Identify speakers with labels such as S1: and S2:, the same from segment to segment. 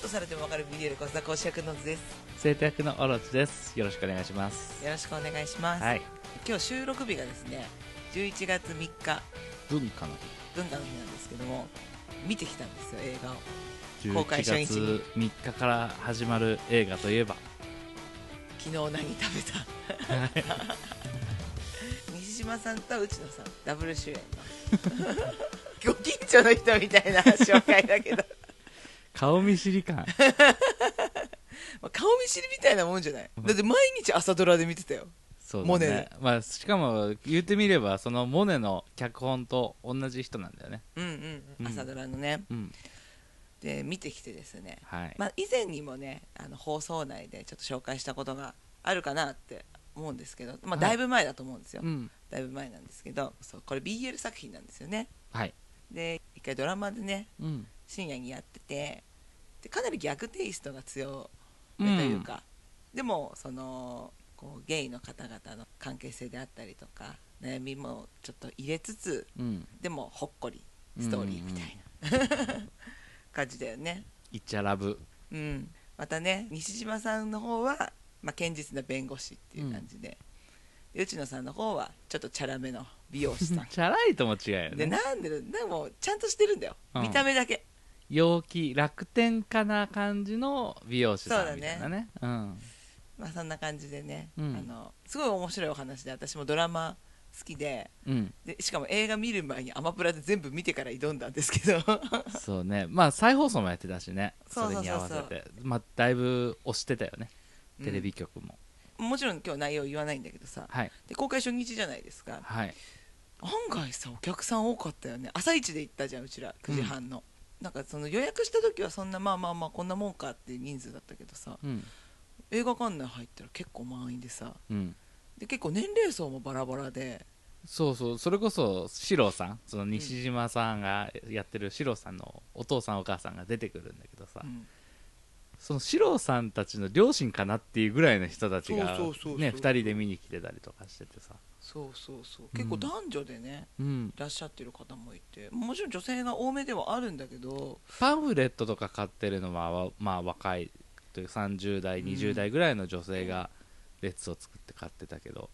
S1: とされてもわかる BL 小坂講師役の図です
S2: 生徒役のオロチですよろしくお願いします
S1: よろしくお願いします、
S2: はい
S1: 今日収録日がですね11月3日
S2: 文化の
S1: 文化の日なんですけども見てきたんですよ映画を
S2: 日
S1: 公開初
S2: 11
S1: 日
S2: 月3日から始まる映画といえば
S1: 昨日何食べた 西島さんと内野さんダブル主演の ご近所の人みたいな紹介だけど
S2: 顔見知り感
S1: まあ顔見知りみたいなもんじゃないだって毎日朝ドラで見てたよ
S2: そうだね
S1: モネ
S2: まあ、しかも言ってみればそのモネの脚本と同じ人なんだよね
S1: うんうん、う
S2: うん
S1: ん、朝ドラのね
S2: うん
S1: で見てきてですね、
S2: はい、
S1: まあ、以前にもねあの放送内でちょっと紹介したことがあるかなって思うんですけど、まあ、
S2: はい
S1: だいぶ前だと思うんですよ、
S2: うん
S1: だいぶ前なんですけどそうこれ BL 作品なんですよね
S2: はい
S1: で一回ドラマでね
S2: うん
S1: 深夜にやっててでかなり逆テイストが強めというか、でもそのこうゲイの方々の関係性であったりとか悩みもちょっと入れつつ
S2: うん
S1: でもほっこりストーリーみたいな、 感じだよね。
S2: イチャラブ
S1: うん、またね西島さんの方は、まあ、堅実な弁護士っていう感じで、で内野さんの方はちょっとチャラめの美容師 さ
S2: チ
S1: ん
S2: ャラいとも違うよ
S1: で
S2: ね
S1: なんででもちゃんとしてるんだよ、
S2: うん
S1: 見た目だけ
S2: 陽気楽天家な感じの美容師さんみたいなねうん
S1: まあそんな感じでね、
S2: うん
S1: あのすごい面白いお話で私もドラマ好きで
S2: うん
S1: でしかも映画見る前にアマプラで全部見てから挑んだんですけど
S2: そうねまあ再放送もやってたしね
S1: そう
S2: そ
S1: そうそう
S2: れに
S1: そ
S2: 合
S1: う
S2: わせてまあだいぶ押してたよね
S1: うん
S2: テレビ局も、
S1: もちろん今日内容言わないんだけどさ
S2: はい
S1: で公開初日じゃないですか
S2: はい
S1: 案外さお客さん多かったよね朝一で行ったじゃんうちら9時半の、なんかその予約した時はそんなまあまあまあこんなもんかっていう人数だったけどさ
S2: うん
S1: 映画館内入ったら結構満員でさ
S2: うん
S1: で結構年齢層もバラバラで
S2: そうそうそれこそ四郎さんその西島さんがやってる四郎さんのお父さんお母さんが出てくるんだけどさ、
S1: うん
S2: その四郎さんたちの両親かなっていうぐらいの人たちが
S1: そうそうそうそう
S2: ね2人で見に来てたりとかしててさ
S1: そうそうそう結構男女でね、
S2: うん
S1: いらっしゃってる方もいてもちろん女性が多めではあるんだけど
S2: パンフレットとか買ってるのはわまあ若いという30代
S1: うん
S2: 20代ぐらいの女性が列を作って買ってたけど、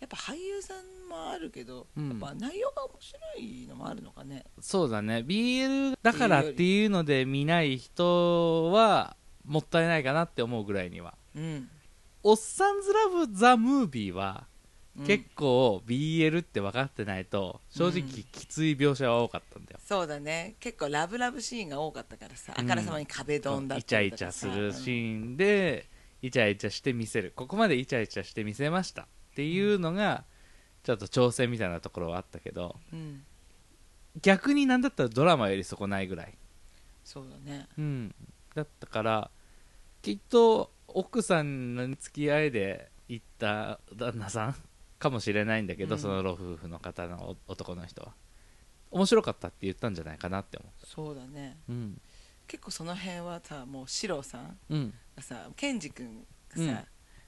S1: やっぱ俳優さんもあるけど、
S2: うん
S1: やっぱ内容が面白いのもあるのかね
S2: そうだね BL だからっていうので見ない人はもったいないかなって思うぐらいには
S1: うん、
S2: 「おっさんずラブ・ザ・ムービー」は結構 BL って分かってないと正直
S1: うん
S2: きつい描写は多かったんだよ、
S1: そうだね結構ラブラブシーンが多かったからさ、あからさまに壁ドンだっ
S2: イチ
S1: た
S2: ャ
S1: り
S2: イ
S1: と
S2: チャ
S1: か
S2: す
S1: さ
S2: るシーンでイチャイチャして見せるここまでイチャイチャして見せましたっていうのがちょっと挑戦みたいなところはあったけど
S1: うん、うん
S2: 逆になんだったらドラマよりそこないぐらい、
S1: そうだね
S2: うん、だったからきっと奥さんの付き合いで行った旦那さん かもしれないんだけど、
S1: うん
S2: その老夫婦の方のお男の人は面白かったって言ったんじゃないかなって思
S1: そうだね
S2: ううん
S1: 結構その辺はさもうシロさん
S2: うん
S1: がさケンジ君がさ、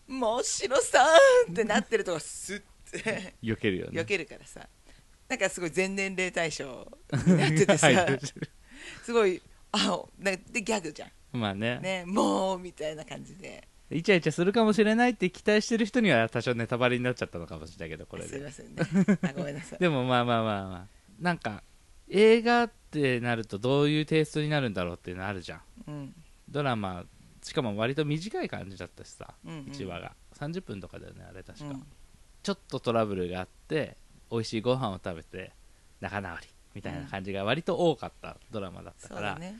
S1: もうシロさん!」ってなってるとこスッて
S2: 避けるよね
S1: 避けるからさなんかすごい全年齢対象になっててさ、
S2: はい
S1: すごいあなでギャグじゃん
S2: まあね
S1: ねもうみたいな感じで
S2: イチャイチャするかもしれないって期待してる人には多少ネタバレになっちゃったのかもしれないけどこれ
S1: すい
S2: で
S1: ませんねあごめんなさい
S2: でもまあまあまあまあなんか映画ってなるとどういうテイストになるんだろうってなるじゃん
S1: うん
S2: ドラマしかも割と短い感じだったしさ、
S1: うんうん
S2: 1話が30分とかだよねあれ確か、
S1: うん
S2: ちょっとトラブルがあって美味しいご飯を食べて仲直りみたいな感じが割と多かったドラマだった
S1: そ
S2: か
S1: う
S2: ら、
S1: だね、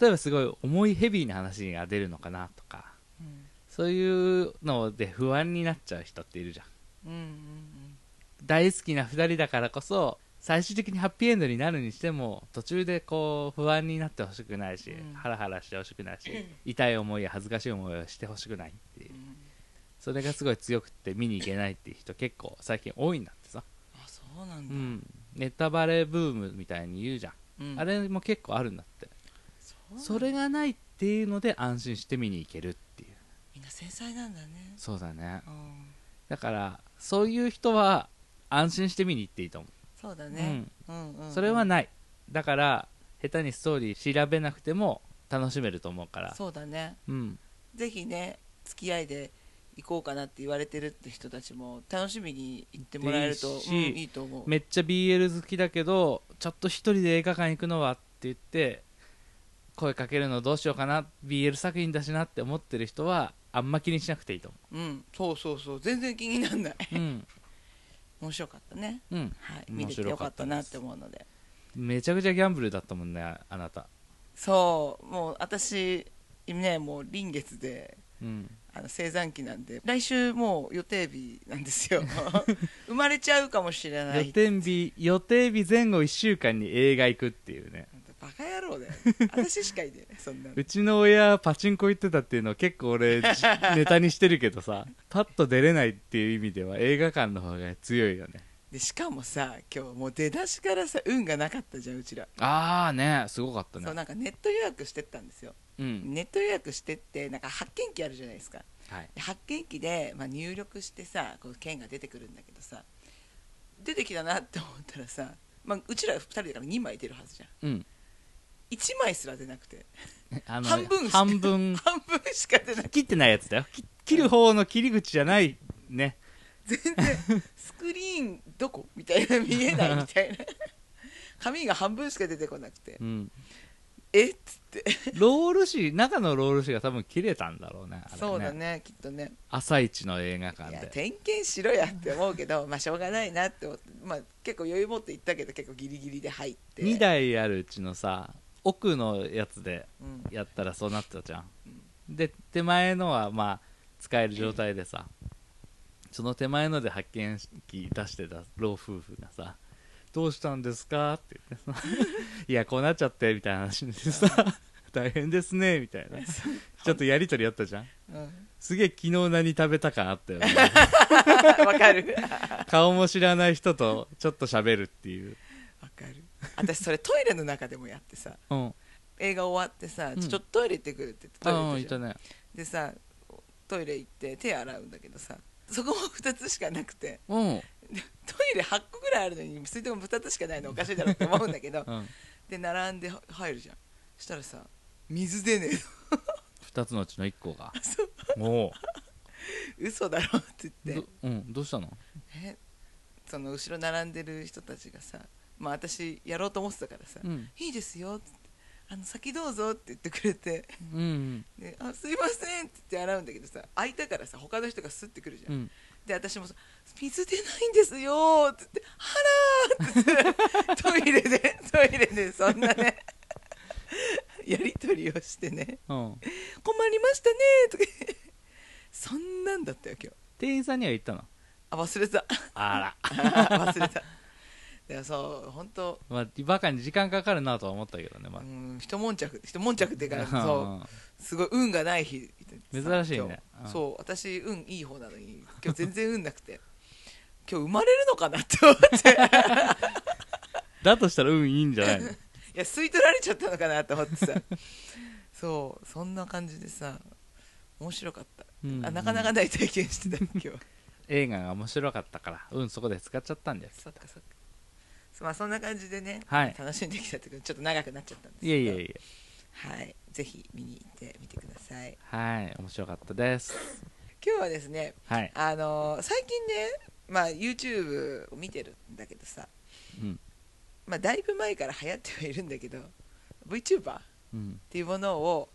S2: 例えばすごい重いヘビーな話が出るのかなとか
S1: うん
S2: そういうので不安になっちゃう人っているじゃん
S1: うんうんうん
S2: 大好きな2人だからこそ最終的にハッピーエンドになるにしても途中でこう不安になってほしくないし、
S1: うん
S2: ハラハラしてほしくないし、 痛い思いや恥ずかしい思いをしてほしくないっていう
S1: うん
S2: それがすごい強くって見に行けないっていう人結構最近多いんだってさ、
S1: あそうなん
S2: う
S1: だ、
S2: ん、ネタバレブームみたいに言うじゃん、
S1: うん
S2: あれも結構あるんだって
S1: そう
S2: それがないっていうので安心して見に行けるっていう
S1: みんな繊細なんだね
S2: そうだね
S1: うん
S2: だからそういう人は安心して見に行っていいと思う
S1: そうだね、うんうんうん
S2: それはないだから下手にストーリー調べなくても楽しめると思うから
S1: そうだね
S2: うん
S1: ぜひね付き合いで行こうかなって言われてるって人たちも楽しみに行ってもらえると
S2: いいし
S1: うんいいと思う
S2: めっちゃ BL 好きだけどちょっと一人で映画館行くのはって言って声かけるのどうしようかな BL 作品だしなって思ってる人はあんま気にしなくていいと思
S1: うんそうそうそう全然気になら ない
S2: ううん
S1: 面白かったね
S2: うん
S1: はい見れてよかったなって思うので
S2: めちゃくちゃギャンブルだったもんねあなた
S1: そうもう私ねもう臨月で
S2: うん
S1: あの生産期なんで来週もう予定日なんです よ生まれちゃうかもしれな
S2: 予
S1: い
S2: 定日予定日前後1週間に映画行くっていうね
S1: バカ野郎だよ私しかいね えそんなの
S2: うちの親パチンコ行ってたっていうのは結構俺 じネタにしてるけどさパッと出れないっていう意味では映画館の方が強いよね
S1: でしかもさ今日もう出だしからさ運がなかったじゃんうちら、
S2: ああねすごかったね
S1: そうなんかネット予約してったんですよ、
S2: うん
S1: ネット予約してってなんか発券機あるじゃないですか
S2: はい
S1: で発券機で、まあ、入力してさこう券が出てくるんだけどさ出てきたなって思ったらさ、まあ、うちら2人だから2枚出るはずじゃん
S2: うん
S1: 1枚すら出なくて
S2: あの
S1: 半分し
S2: 半分
S1: 半分しか出ない
S2: 切ってないやつだよき切る方の切り口じゃないね
S1: 全然スクリーンどこみたいな見えないみたい な紙が半分しか出てこなくて
S2: うん
S1: えっつって
S2: ロール紙中のロール紙が多分切れたんだろうねあれね
S1: そうだねきっとね
S2: 朝一の映画
S1: い
S2: 館
S1: や
S2: で
S1: 点検しろやって思うけどまあしょうがないなって思って、まあ、結構余裕持って行ったけど結構ギリギリで入って
S2: 2台あるうちのさ奥のやつで
S1: うん
S2: やったらそうなってたじゃん、で手前のはまあ使える状態でさ、その手前ので発見機出してた老夫婦がさ「どうしたんですか?」って言ってさ 「いやこうなっちゃって」みたいな話でさ「大変ですね」みたいなちょっとやり取りあったじゃん
S1: うん
S2: すげえ昨日何食べた感あった よね
S1: わかる
S2: 顔も知らない人とちょっと喋るっていう
S1: わかる私それトイレの中でもやってさ
S2: うん
S1: 映画終わってさ、
S2: うん
S1: ちょっとトイレ行ってくるって言
S2: あ
S1: ってトイレ行
S2: あい
S1: ったじゃ
S2: た
S1: ん
S2: ね
S1: でさトイレ行って手洗うんだけどさそこも2つしかなくて
S2: うん
S1: トイレ8個ぐらいあるのに水道も2つしかないのおかしいだろって思うんだけど
S2: うん
S1: で並んで入るじゃんしたらさ水出ねえの
S2: 2つのうちの1個が
S1: そう
S2: も
S1: 嘘だろって
S2: う
S1: 言って
S2: どうんどうしたの
S1: えその後ろ並んでる人たちがさまあ私やろうと思ってたからさ「
S2: うん
S1: いいですよ」ってあの先どうぞ」って言ってくれて
S2: うん
S1: 「であすいません」って言って洗うんだけどさ空いたからさ他の人がスッてくるじゃん、
S2: うん
S1: で私もさ「水出ないんですよ」って言って「はらー」って言ってトイレでトイレでそんなねやり取りをしてね
S2: うん
S1: 「困りましたね」とか言ってそんなんだったよ今日
S2: 店員さんには言ったの
S1: あ忘れた
S2: あら
S1: 忘れたでもそう本当
S2: まあバカに時間かかるなとは思ったけどねま
S1: うん一悶着一悶着っていうか
S2: あ
S1: そうすごい運がない日
S2: 珍しいね
S1: 今日
S2: うん
S1: そう私運いい方なのに今日全然運なくて今日生まれるのかなって思って
S2: だとしたら運いいんじゃない の
S1: いや吸い取られちゃったのかなと思ってさ そうそんな感じでさ面白かった、
S2: うん
S1: あなかなかない体験してた今日
S2: 映画が面白かったから運そこで使っちゃったんで す
S1: そっかそっかまあそんな感じでね、
S2: はい
S1: 楽しんできたってことちょっと長くなっちゃったんですけ
S2: い
S1: ど
S2: えいえいえ
S1: はい、ぜひ見に行ってみてください
S2: はい面白かったです
S1: 今日はですね
S2: はい、
S1: あのー最近ね、まあ、YouTube を見てるんだけどさ、
S2: うん
S1: まあ、だいぶ前から流行ってはいるんだけど VTuber
S2: うん
S1: っていうものを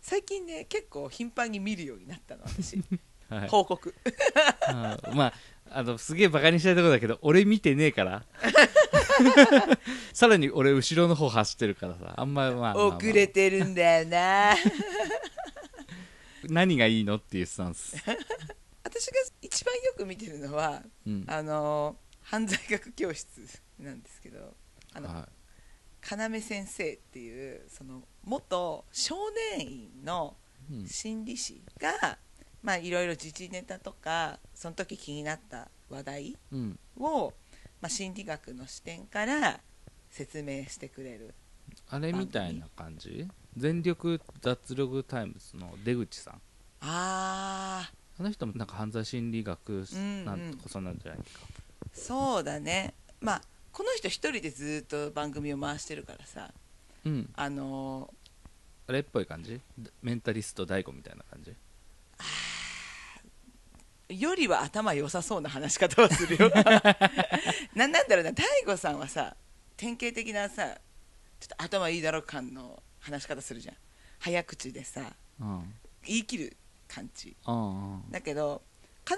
S1: 最近ね結構頻繁に見るようになったの私、
S2: はい、
S1: 報告
S2: うんまああのすげえバカにしたいとこだけど俺見てねえから さらに俺後ろの方走ってるからさあんままあまあ、まあ、
S1: 遅れてるんだよな
S2: 何がいいのっていうスタンス、
S1: 私が一番よく見てるのは
S2: うん
S1: あのー犯罪学教室なんですけどあの、
S2: は
S1: 要先生っていうその元少年院の
S2: いうん
S1: 心理師が、まあいろいろ自治ネタとかその時気になった話題
S2: うん
S1: を、まあ、心理学の視点から説明してくれる
S2: あれみたいな感じ全力脱力タイムズの出口さん
S1: あー
S2: あの人もなんか犯罪心理学
S1: うん
S2: なんとこそなんじゃないか、
S1: そうだねまあこの人一人でずっと番組を回してるからさ
S2: うん
S1: あのー
S2: あれっぽい感じメンタリスト大悟みたいな感じ
S1: よりは頭良さそうな話し方をするよななんだろうな大悟さんはさ典型的なさちょっと頭いいだろ感の話し方するじゃん早口でさ
S2: うんうん
S1: 言い切る感じ
S2: うん
S1: だけど要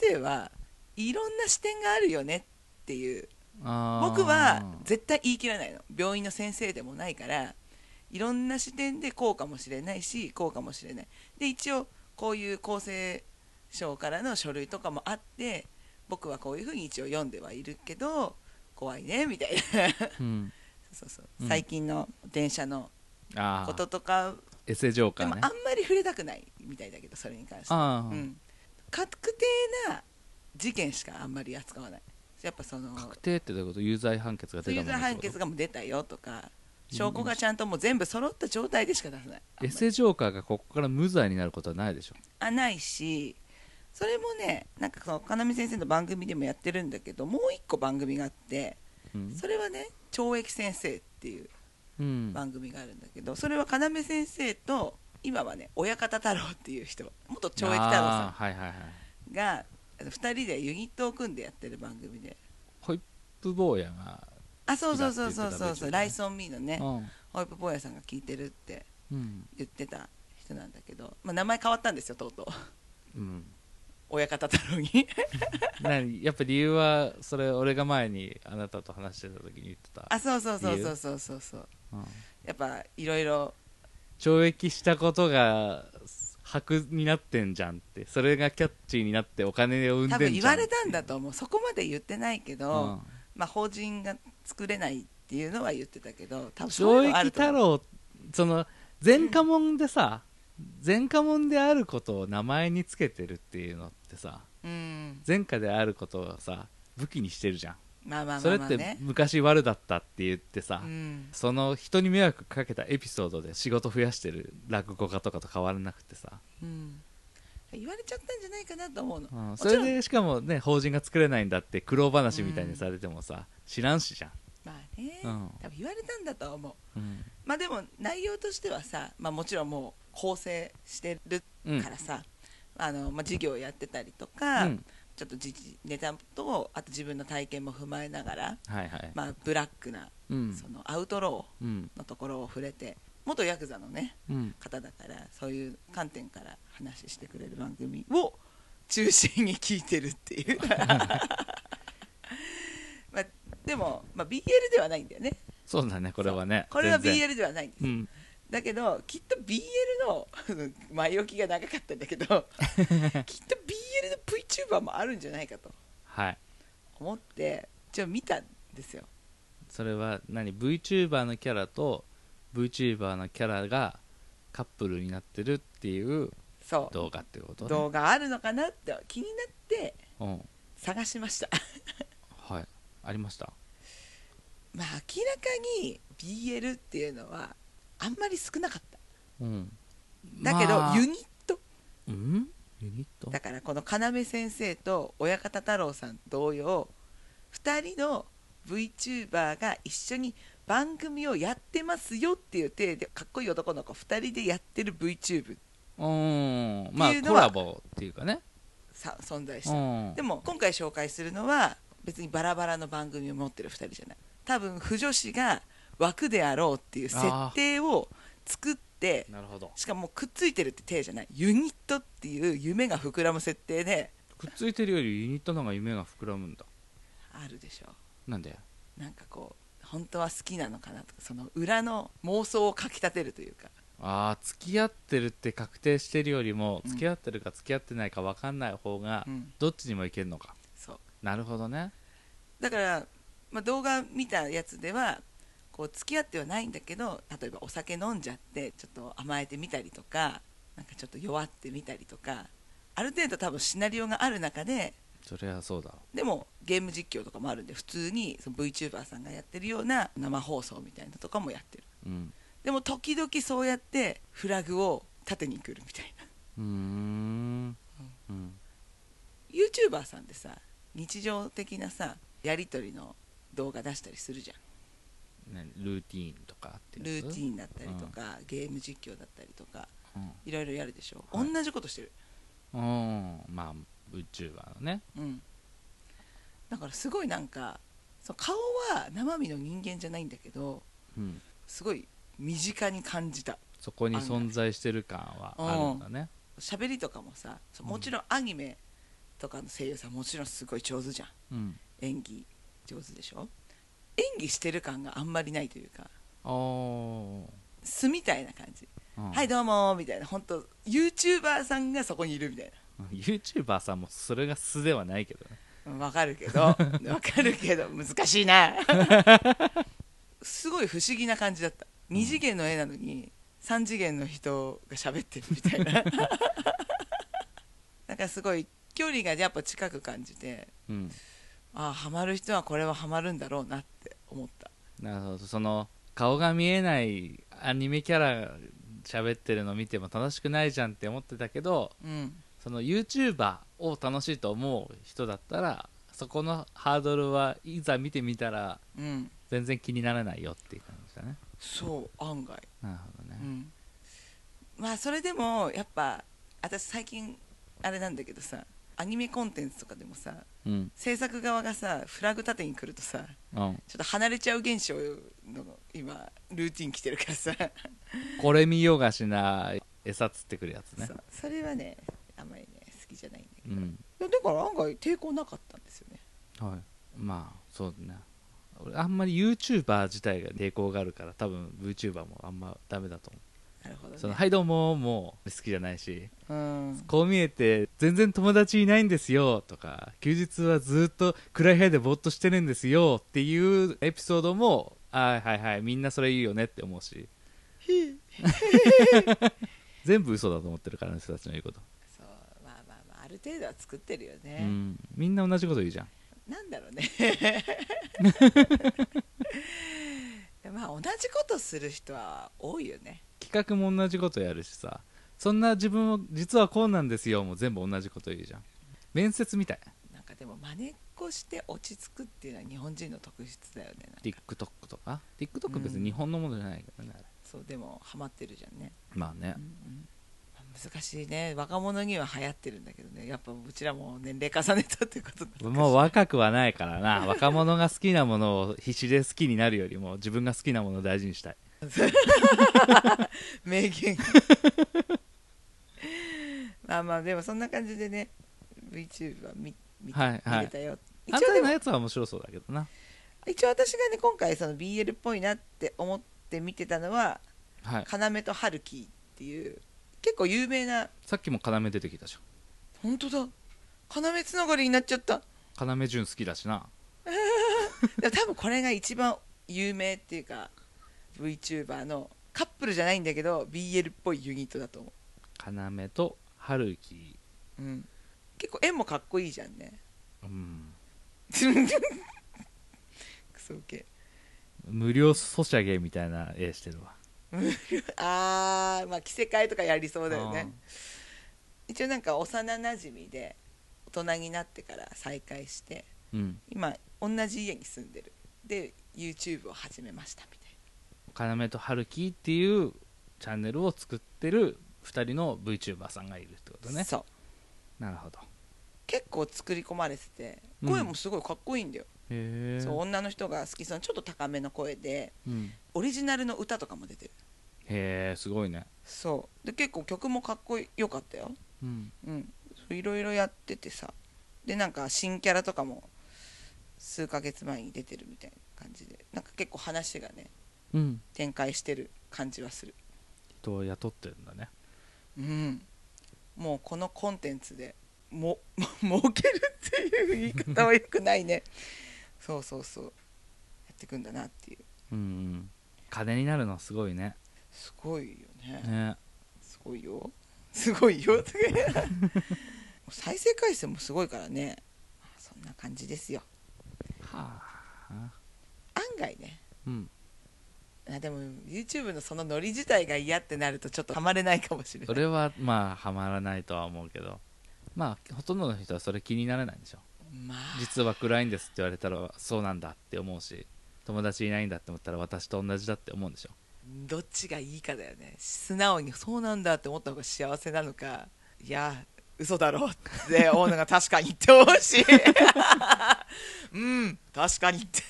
S1: 先生はいろんな視点があるよねっていう
S2: あー
S1: 僕は絶対言い切らないの病院の先生でもないからいろんな視点でこうかもしれないしこうかもしれないで一応こういう厚生省からの書類とかもあって僕はこういうふうに一応読んではいるけど怖いねみたいな
S2: うん
S1: そうそう
S2: うん
S1: 最近の電車の
S2: あ
S1: こ
S2: あ
S1: ととか
S2: エセジョーカ
S1: でも
S2: ー
S1: あん
S2: ね
S1: まり触れたくないみたいだけどそれに関しては
S2: あー
S1: うん、確定な事件しかあんまり扱わないやっぱその
S2: 確定ってどういうこと有罪判決が出
S1: 有
S2: た
S1: 罪
S2: もの
S1: 判決
S2: が
S1: がもう出たよとか
S2: うん
S1: 証拠がちゃんともう全部揃った状態でしか出さないあん
S2: エ
S1: まり
S2: セジョーカーがここから無罪になることはないでしょ
S1: あないしそれもねなんかその要先生の番組でもやってるんだけどもう一個番組があって
S2: うん
S1: それはね「懲役先生」っていう
S2: うん
S1: 番組があるんだけどそれは要先生と今はね親方太郎っていう人元懲役太郎
S2: あー
S1: さ
S2: はいはいはい
S1: んが2人でユニットを組んでやってる番組で
S2: ホイップ坊やが
S1: あそうそうそうそうそうそう「
S2: 好きだ
S1: ラ
S2: って
S1: イ
S2: 言ってたね
S1: ソン・ミー」のね
S2: うん
S1: ホイップ坊やさんが聞いてるって
S2: うん
S1: 言ってた人なんだけど、まあ、名前変わったんですよとうとう
S2: うん
S1: 親方太郎 に
S2: 何やっぱ理由はそれ俺が前にあなたと話してた時に言ってた
S1: あそうそうそうそうそうそうそう
S2: うん
S1: やっぱいろいろ
S2: 懲役したことが白になってんじゃんってそれがキャッチーになってお金を
S1: 多
S2: 生んでんじゃん
S1: 分言われたんだと思うそこまで言ってないけど、
S2: うん
S1: まあ、法人が作れないっていうのは言ってたけど多分そうい
S2: 懲
S1: うのあ
S2: 役
S1: ると
S2: 太
S1: 思う
S2: 郎その前科者でさ前科者であることを名前につけてるっていうのってさ
S1: うん
S2: 前科であることをさ武器にしてるじゃん
S1: まあまあ
S2: そ
S1: まあ
S2: れっ
S1: まあ
S2: て
S1: ね
S2: 昔悪だったって言ってさ、
S1: うん
S2: その人に迷惑かけたエピソードで仕事増やしてる落語家とかと変わらなくてさ、
S1: うん言われちゃったんじゃないかなと思うの、
S2: うん
S1: も
S2: そ
S1: ち
S2: れ
S1: ろん
S2: でしかもね法人が作れないんだって苦労話みたいにされてもさ、知らんしじゃん、
S1: まあね、
S2: うん
S1: 多分言われたんだとは思う
S2: うん
S1: まあでも内容としてはさ、まあ、もちろんもう構成してるからさ、あのまあ、授業やってたりとか、
S2: うん
S1: ちょっと時事ネタとあと自分の体験も踏まえながら、
S2: はいはい、
S1: まあ、ブラックな、
S2: うん
S1: そのアウトロ
S2: うん
S1: ーのところを触れて元ヤクザの、ね、
S2: うん
S1: 方だからそういう観点から話してくれる番組を中心に聞いてるっていう、 まあ、でも、まあ、BL ではないんだよね
S2: そうだねこれはね
S1: これは
S2: 全然
S1: BL ではないんです、
S2: うん
S1: だけどきっと BL の 前置きが長かったんだけ どきっと BL の VTuber もあるんじゃないかと
S2: はい
S1: 思って一応見たんですよ
S2: それは何 VTuber のキャラと VTuber のキャラがカップルになってるっていう
S1: そう
S2: 動画ってこと、ね、
S1: 動画あるのかなって気になって
S2: うん
S1: 探しました
S2: はいありました
S1: まあ明らかに BL っていうのはあんまり少なかった
S2: うん
S1: だけど、
S2: まあ
S1: ユニット
S2: うんユニット
S1: だからこの要先生と親方太郎さん同様2人の VTuber が一緒に番組をやってますよっていう体でかっこいい男の子2人でやってる VTube
S2: うんまあ
S1: っていうの
S2: コ
S1: は
S2: ラボっていうかね
S1: さ存在し
S2: う
S1: た
S2: ん
S1: でも今回紹介するのは別にバラバラの番組を持ってる2人じゃない多分腐女子が枠であろうっていう設定を作って
S2: なるほど
S1: しかもくっついてるって体じゃないユニットっていう夢が膨らむ設定で
S2: くっついてるよりユニットの方が夢が膨らむんだ
S1: あるでしょ
S2: なんで
S1: なんかこう本当は好きなのかなとかその裏の妄想をかきたてるというか
S2: ああ付き合ってるって確定してるよりも
S1: うん
S2: 付き合ってるか付き合ってないか分かんない方が
S1: うん
S2: どっちにもいけるのか、
S1: そう
S2: なるほどね
S1: だから、まあ、動画見たやつではこう付き合ってはないんだけど例えばお酒飲んじゃってちょっと甘えてみたりとかなんかちょっと弱ってみたりとかある程度多分シナリオがある中で
S2: それはそうだろ
S1: でもゲーム実況とかもあるんで普通にその VTuber さんがやってるような生放送みたいなのとかもやってる
S2: ううん
S1: でも時々そうやってフラグを立てにくるみたいな
S2: うーんうん、
S1: YouTuber さんでさ日常的なさやり取りの動画出したりするじゃん
S2: ねルーティーンとかって
S1: ルーティ
S2: ン、
S1: ーンだったりとか、ゲーム実況だったりとかいろいろやるでしょ、
S2: はい
S1: 同じことしてる
S2: うん、うんまあ VTuber のね
S1: うんだからすごいなんかそう顔は生身の人間じゃないんだけど
S2: うん
S1: すごい身近に感じた
S2: そこに存在してる感はあるんだね
S1: 喋りとかもさそう
S2: うん
S1: もちろんアニメとかの声優さんもちろんすごい上手じゃん
S2: うん
S1: 演技上手でしょ演技してる感があんまりないというか
S2: おー
S1: 素みたいな感じ、
S2: うん
S1: はいどうもーみたいな本当 YouTuber さんがそこにいるみたいな
S2: YouTuber さんもそれが素ではないけどね
S1: うんわかる けどわかるけど難しいなすごい不思議な感じだった2次元の絵なのに3次元の人が喋ってるみたいな なんかすごい距離がやっぱ近く感じて
S2: うん
S1: ああハマる人はこれはハマるんだろうなって思った
S2: なるほどその顔が見えないアニメキャラ喋ってるの見ても楽しくないじゃんって思ってたけど
S1: うん
S2: その YouTuber を楽しいと思う人だったらそこのハードルはいざ見てみたら
S1: うん
S2: 全然気にならないよっていう感じだね
S1: そう案外
S2: なるほど
S1: う
S2: ね
S1: んまあそれでもやっぱ私最近あれなんだけどさアニメコンテンツとかでもさ
S2: うん
S1: 制作側がさフラグ立てに来るとさ
S2: うん
S1: ちょっと離れちゃう現象の今ルーティン来てるからさ、
S2: これ見ようがしない餌つってくるやつね
S1: そうそれはねあんまりね好きじゃないんだけ
S2: う
S1: ど、い
S2: ん
S1: やだから案外抵抗なかったんですよね
S2: はいまあそうだね俺あんまり YouTuber 自体が抵抗があるから多分 VTuber もあんまダメだと思
S1: なるほ
S2: う
S1: ど
S2: その
S1: ね
S2: はいどうももう好きじゃないし
S1: うん
S2: こう見えて全然友達いないんですよとか休日はずっと暗い部屋でぼーっとしてるんですよっていうエピソードもあーはいはいみんなそれ言うよねって思うし全部嘘だと思ってるからあの人たちの言うこと、
S1: そうまあまあまあある程度は作ってるよね、
S2: うん、みんな同じこと言うじゃん
S1: なんだろうねまあ同じことする人は多いよね
S2: 企画も同じことやるしさそんな自分を実はこうなんですよもう全部同じこと言うじゃん面接みたい
S1: なんかでも真似っこして落ち着くっていうのは日本人の特質だよねなんか
S2: TikTok とか TikTok 別に日本のものじゃないけどね、あれ
S1: そうでもハマってるじゃんね、
S2: まあね
S1: うんうん難しいね若者には流行ってるんだけどねやっぱうちらも年齢重ねたってことだ
S2: もう若くはないからな若者が好きなものを必死で好きになるよりも自分が好きなものを大事にしたい
S1: 名言まあまあでもそんな感じでね VTube は見見,、
S2: はいはい
S1: 見れたよ
S2: あん
S1: 一応
S2: た
S1: でも
S2: のやつは面白そうだけどな
S1: 一応私がね今回その BL っぽいなって思って見てたのは
S2: はい
S1: 「要と春樹」っていう結構有名な
S2: さっきも要出てきたじ
S1: 本当だ要つながりになっちゃった
S2: ゃん要潤好きだしな
S1: でも多分これが一番有名っていうか VTuber のカップルじゃないんだけど BL っぽいユニットだと思
S2: 要と春樹
S1: う、うん、結構絵もかっこいいじゃんね
S2: うん
S1: クソウケ
S2: 無料ソシャゲみたいな絵してるわ
S1: あーまあ着せ替えとかやりそうだよね一応なんか幼なじみで大人になってから再会して
S2: あーうん
S1: 今同じ家に住んでるで YouTube を始めましたみたい
S2: 要と春樹っていうチャンネルを作ってる2人の VTuber さんがいるってこと
S1: な、
S2: ね
S1: そう
S2: なるほど
S1: 結構作り込まれてて
S2: うん
S1: 声もすごいかっこいいんだよ、
S2: へえ
S1: そう女の人が好きそうなちょっと高めの声で
S2: うん、
S1: オリジナルの歌とかも出てる
S2: へえすごいね、
S1: そうで結構曲もかっこよかったよ
S2: うん、
S1: うんそういろいろやっててさでなんか新キャラとかも数ヶ月前に出てるみたいな感じでなんか結構話がね
S2: うん
S1: 展開してる感じはする
S2: 人を雇ってるんだね
S1: うん、もうこのコンテンツでも 儲けるっていう言い方はよくないねそうそうそうやってくんだなっていう
S2: うん金になるのすごいね
S1: すごいよね
S2: ね
S1: すごいよすごいよ再生回数もすごいからねそんな感じですよ
S2: はあ
S1: 案外ね
S2: うん
S1: あでも YouTube のそのノリ自体が嫌ってなるとちょっとハマれないかもしれな
S2: そ
S1: い
S2: れはまあはまらないとは思うけどまあほとんどの人はそれ気にならないでしょ
S1: まあ
S2: 実は暗いんですって言われたらそうなんだって思うし友達いないんだって思ったら私と同じだって思うんでしょ
S1: どっちがいいかだよね素直にそうなんだって思った方が幸せなのかいや嘘だろってオーナーが確かに言ってほし いうん確かにって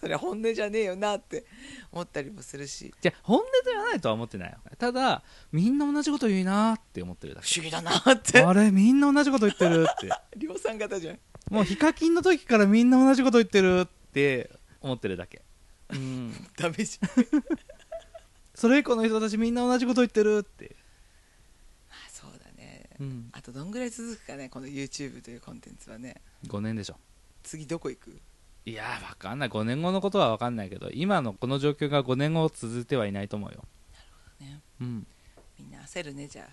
S1: それ本音じゃねえよなって思ったりもするし
S2: じゃあ本音ではないとは思ってないよただみんな同じこと言うなって思ってるだ
S1: 不思議だなって
S2: け あれみんな同じこと言ってるって
S1: 量産型じゃん
S2: もうヒカキンの時からみんな同じこと言ってるって思ってるだけうん
S1: ダメじゃん
S2: それ以降の人たちみんな同じこと言ってるって
S1: あそうだね
S2: うん
S1: あとどんぐらい続くかねこの YouTube というコンテンツはね
S2: 5年でしょ
S1: 次どこ行く
S2: いやーわかんない5年後のことはわかんないけど今のこの状況が5年後続いてはいないと思うよ
S1: ね
S2: うん
S1: みんな焦るねじゃあ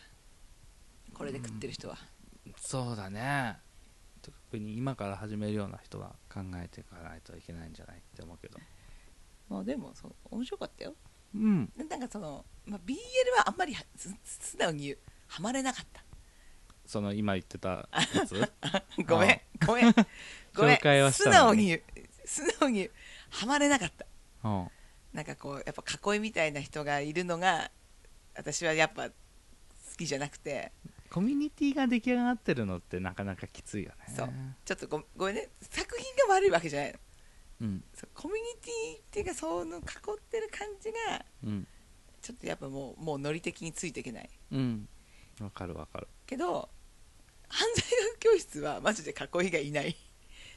S1: これで食ってる人は、
S2: そうだね特に今から始めるような人は考えていかないといけないんじゃないって思うけど
S1: まあでもそう面白かったよ
S2: うん
S1: でなんかその、まあ、BL はあんまりはす素直に言うハマれなかった
S2: その今言ってたや つ
S1: ごめんご めんごめん
S2: 紹介はした
S1: 素
S2: のに
S1: 直に言う素直に言うハマれなかった
S2: うん
S1: なんかこうやっぱ囲いみたいな人がいるのが私はやっぱ好きじゃなくて
S2: コミュニティが出来上がってるのってなかなかきついよね
S1: そうちょっとごごめんね作品が悪いわけじゃないの
S2: うん
S1: そうコミュニティっていうかその囲ってる感じが
S2: うん
S1: ちょっとやっぱもうもうノリ的についていけない
S2: うんわかるわかる
S1: けど犯罪学教室はマジで囲いがいない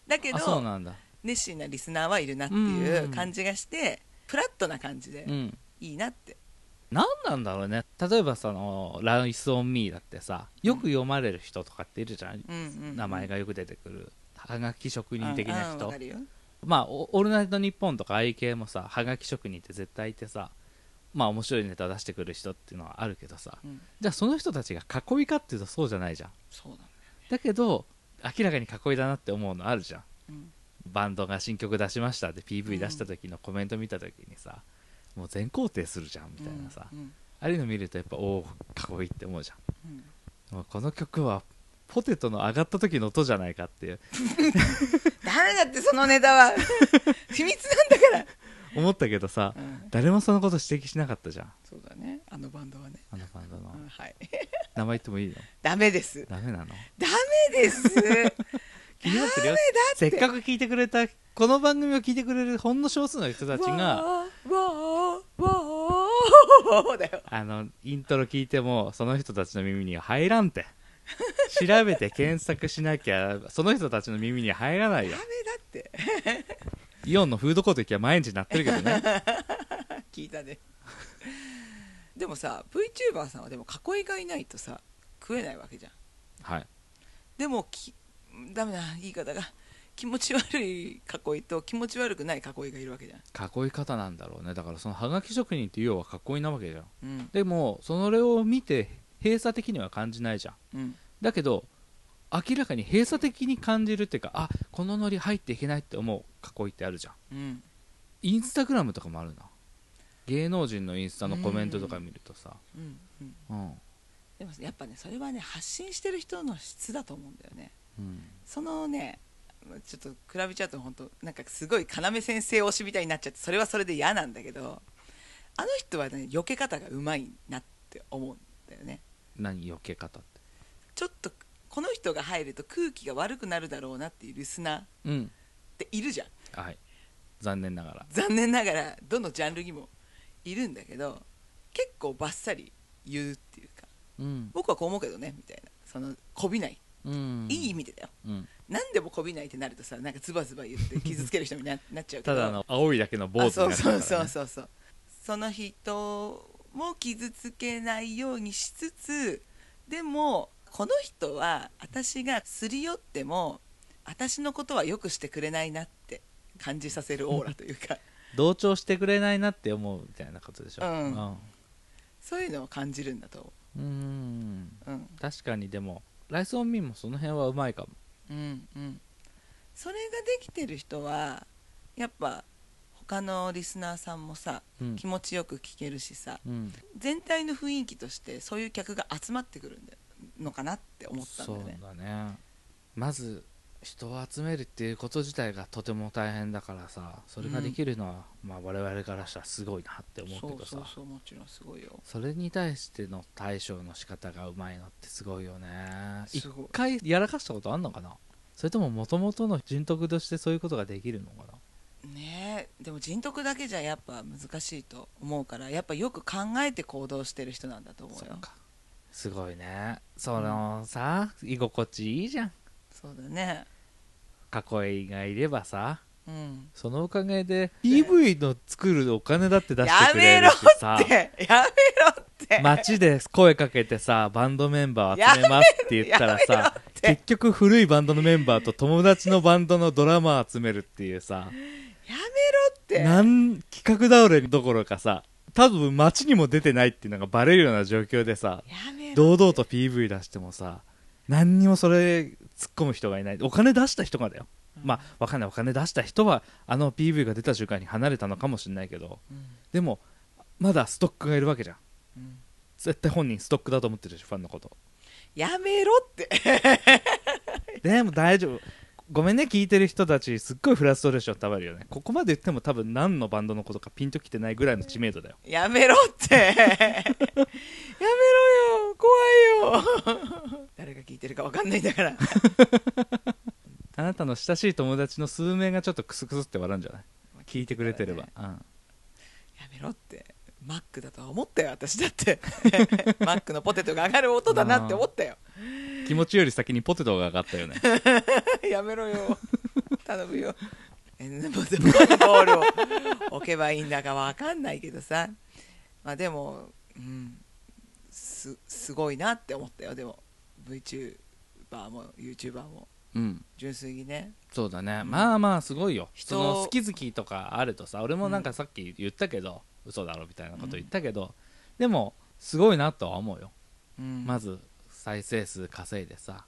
S1: だけ
S2: あそう
S1: ど
S2: なんだ
S1: 熱心なリスナーはいるなって
S2: うん
S1: いううん感じがしてフラットな感じで
S2: うん
S1: いいなって
S2: 何なんだろうね例えばその「ライス・オン・ミー」だってさよく読まれる人とかっているじゃ
S1: う
S2: ん、
S1: んうんうん
S2: 名前がよく出てくるはがき職人的
S1: う
S2: な
S1: んうん
S2: 人
S1: わかるよ
S2: まあ「オオールナイトニッポン」とか IK もさはがき職人って絶対いてさまあ面白いネタ出してくる人っていうのはあるけどさ
S1: うん
S2: じゃあその人たちが囲いかっていうとそうじゃないじゃん
S1: そうだね
S2: だけど明らかに囲いだなって思うのあるじゃん
S1: うん
S2: バンドが新曲出しましたって
S1: う
S2: PV
S1: ん
S2: 出した時のコメント見た時にさ、もう全肯定するじゃんみたいなさ、
S1: うん
S2: ああいうの見るとやっぱおお囲いって思うじゃん
S1: うん
S2: まあこの曲はポテトの上がった時の音じゃないかっていう
S1: ダメだってそのネタ は秘密なんだか
S2: 思ったけどさ
S1: ら、うん、
S2: 誰もそのこと指摘しなかったじゃん
S1: そうだねあのバンドはね、
S2: あのバンドの
S1: うん、はい
S2: 名前言ってもいいの
S1: ダメです
S2: ダメなの
S1: ダメです
S2: 気になってるよせっかく聞いてくれたこの番組を聞いてくれるほんの少数の人たちが
S1: わーわーわーわーだよ
S2: あのイントロ聞いてもその人たちの耳には入らんて調べて検索しなきゃその人たちの耳には入らな
S1: ダ
S2: い
S1: メ
S2: よ
S1: だって
S2: イオンのフードコート行きは毎日なってるけどね
S1: 聞いたね でもさ VTuber さんはでも囲いがいないとさ食えないわけじゃん
S2: はい
S1: でもきダメだ言い方が気持ち悪い囲いと気持ち悪くない囲いがいるわけじゃん
S2: 囲い方なんだろうねだからそのハガキ職人って要は囲いなわけじゃん
S1: うん
S2: でもそれを見て閉鎖的には感じないじゃん
S1: うん
S2: だけど明らかに閉鎖的に感じるっていうかあこのノリ入っていけないって思う囲いってあるじゃん
S1: うん
S2: インスタグラムとかもあるな芸能人のインスタのコメントとか見るとさ、
S1: うんうん
S2: うん
S1: でもやっぱねそれはね発信してる人の質だと思うんだよね
S2: うん
S1: そのねちょっと比べちゃうと本当なんかすごい要先生推しみたいになっちゃってそれはそれで嫌なんだけどあの人はね避け方がうまいなって思うんだよね
S2: 何避け方って
S1: ちょっとこの人が入ると空気が悪くなるだろうなっていうリスナーっ
S2: うん
S1: ているじゃん
S2: はい残念ながら
S1: 残念ながらどのジャンルにもいるんだけど結構バッサリ言うっていうか
S2: うん
S1: 僕はこう思うけどねみたいなそのこびない、
S2: うん
S1: いい意味でだよ
S2: うん、
S1: 何でもこびないってなるとさなんかズバズバ言って傷つける人にななっちゃうけ
S2: た
S1: ど
S2: だの青いだけの坊
S1: あ
S2: 主に
S1: そ
S2: な
S1: う
S2: っちゃ
S1: そう
S2: から、ね、
S1: うそうそうそうその人も傷つけないようにしつつでもこの人は私がすり寄っても私のことはよくしてくれないなって感じさせるオーラというか
S2: 同調してくれないなって思うみたいなことでしょ
S1: うんそういうのを感じるんだと
S2: うんうん
S1: 思ううん
S2: 確かにでもライスオンミーもその辺はうまいかも
S1: うんうんそれができてる人はやっぱ他のリスナーさんもさ
S2: うん
S1: 気持ちよく聞けるしさ
S2: うん
S1: 全体の雰囲気としてそういう客が集まってくるんだのかなって思ったんだ
S2: そ
S1: よ
S2: う
S1: ね
S2: だねまず人を集めるっていうこと自体がとても大変だからさそれができるのは、まあ、我々からしたらすごいなって思うけ
S1: そう
S2: どさ
S1: そうそうもちろんすごいよ
S2: それに対しての対処の仕方がうまいのってすごいよね
S1: す
S2: 一
S1: ごい
S2: 回やらかしたことあんのかなそれとももともとの人徳としてそういうことができるのかな
S1: ねえでも人徳だけじゃやっぱ難しいと思うからやっぱよく考えて行動してる人なんだと思うよ
S2: っかすごいねそのさ居心地いいじゃん
S1: そうだね
S2: 囲いがいればさ
S1: うん
S2: そのおかげで PV の作るお金だって出
S1: や
S2: してくれ
S1: めろ
S2: るしさ
S1: ってやめろって
S2: 街で声かけてさバンドメンバーを集めますって言ったら
S1: やめろ
S2: さ
S1: って
S2: 結局古いバンドのメンバーと友達のバンドのドラマー集めるっていうさ
S1: やめろって
S2: なん企画倒れどころかさ多分街にも出てないっていうのがバレるような状況でさ
S1: やめろ
S2: 堂々と PV 出してもさ何にもそれ突っ込む人がいないお金出した人がだよ、まあわかんないお金出した人はあの PV が出た瞬間に離れたのかもしれないけど
S1: うん
S2: でもまだストックがいるわけじゃん
S1: うん
S2: 絶対本人ストックだと思ってるでしょファンのこと
S1: やめろって
S2: でも大丈夫ごめんね聞いてる人たちすっごいフラストレーションたまるよねここまで言っても多分何のバンドのことかピンときてないぐらいの知名度だよ
S1: やめろってやめ ろよ怖いよ誰が聞いてるか分かんないんだから
S2: あなたの親しい友達の数名がちょっとクスクスって笑うんじゃない聞いてくれてれば、
S1: ね
S2: うん
S1: やめろってマックだとは思ったよ私だって マックのポテトが上がる音だなって思ったよ
S2: 気持ちより先にポテトが上がったよね
S1: やめろよ頼むよエンボールボールを置けばいいんだか分かんないけどさまあでもうんすすごいなって思ったよでも VTuber も YouTuber も
S2: うん
S1: 純粋にね
S2: そうだね、
S1: うん
S2: まあまあすごいよ
S1: 人
S2: 人の好き好きとかあるとさ俺もなんかさっき言ったけど、嘘だろみたいなこと言ったけど、でもすごいなとは思うよ
S1: うん
S2: まず再生数稼いでさ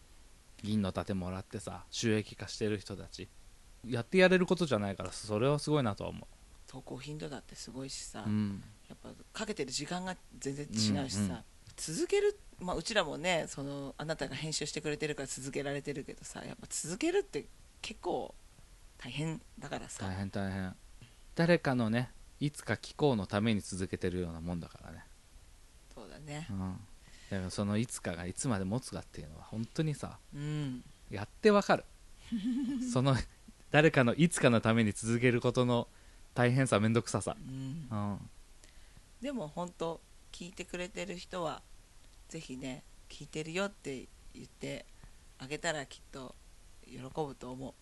S2: 銀の盾もらってさ収益化してる人たちやってやれることじゃないからそれはすごいなとは思
S1: 投稿頻度だってすごいしさ、
S2: う、うん、
S1: やっぱかけてる時間が全然違うしさ、
S2: うんうん
S1: 続ける、まあ、うちらもねそのあなたが編集してくれてるから続けられてるけどさやっぱ続けるって結構大変だからさ、
S2: 大変大変誰かのねいつか気候のために続けてるようなもんだからね、
S1: そうだね
S2: うん、だからそのいつかがいつまで持つかっていうのは本当にさ
S1: うん
S2: やってわ かるその誰かのいつかのために続けることの大変さめんどくささ
S1: う、ん
S2: うん、
S1: でも本当聞いてくれてる人はぜひね聞いてるよって言ってあげたらきっと喜ぶと思う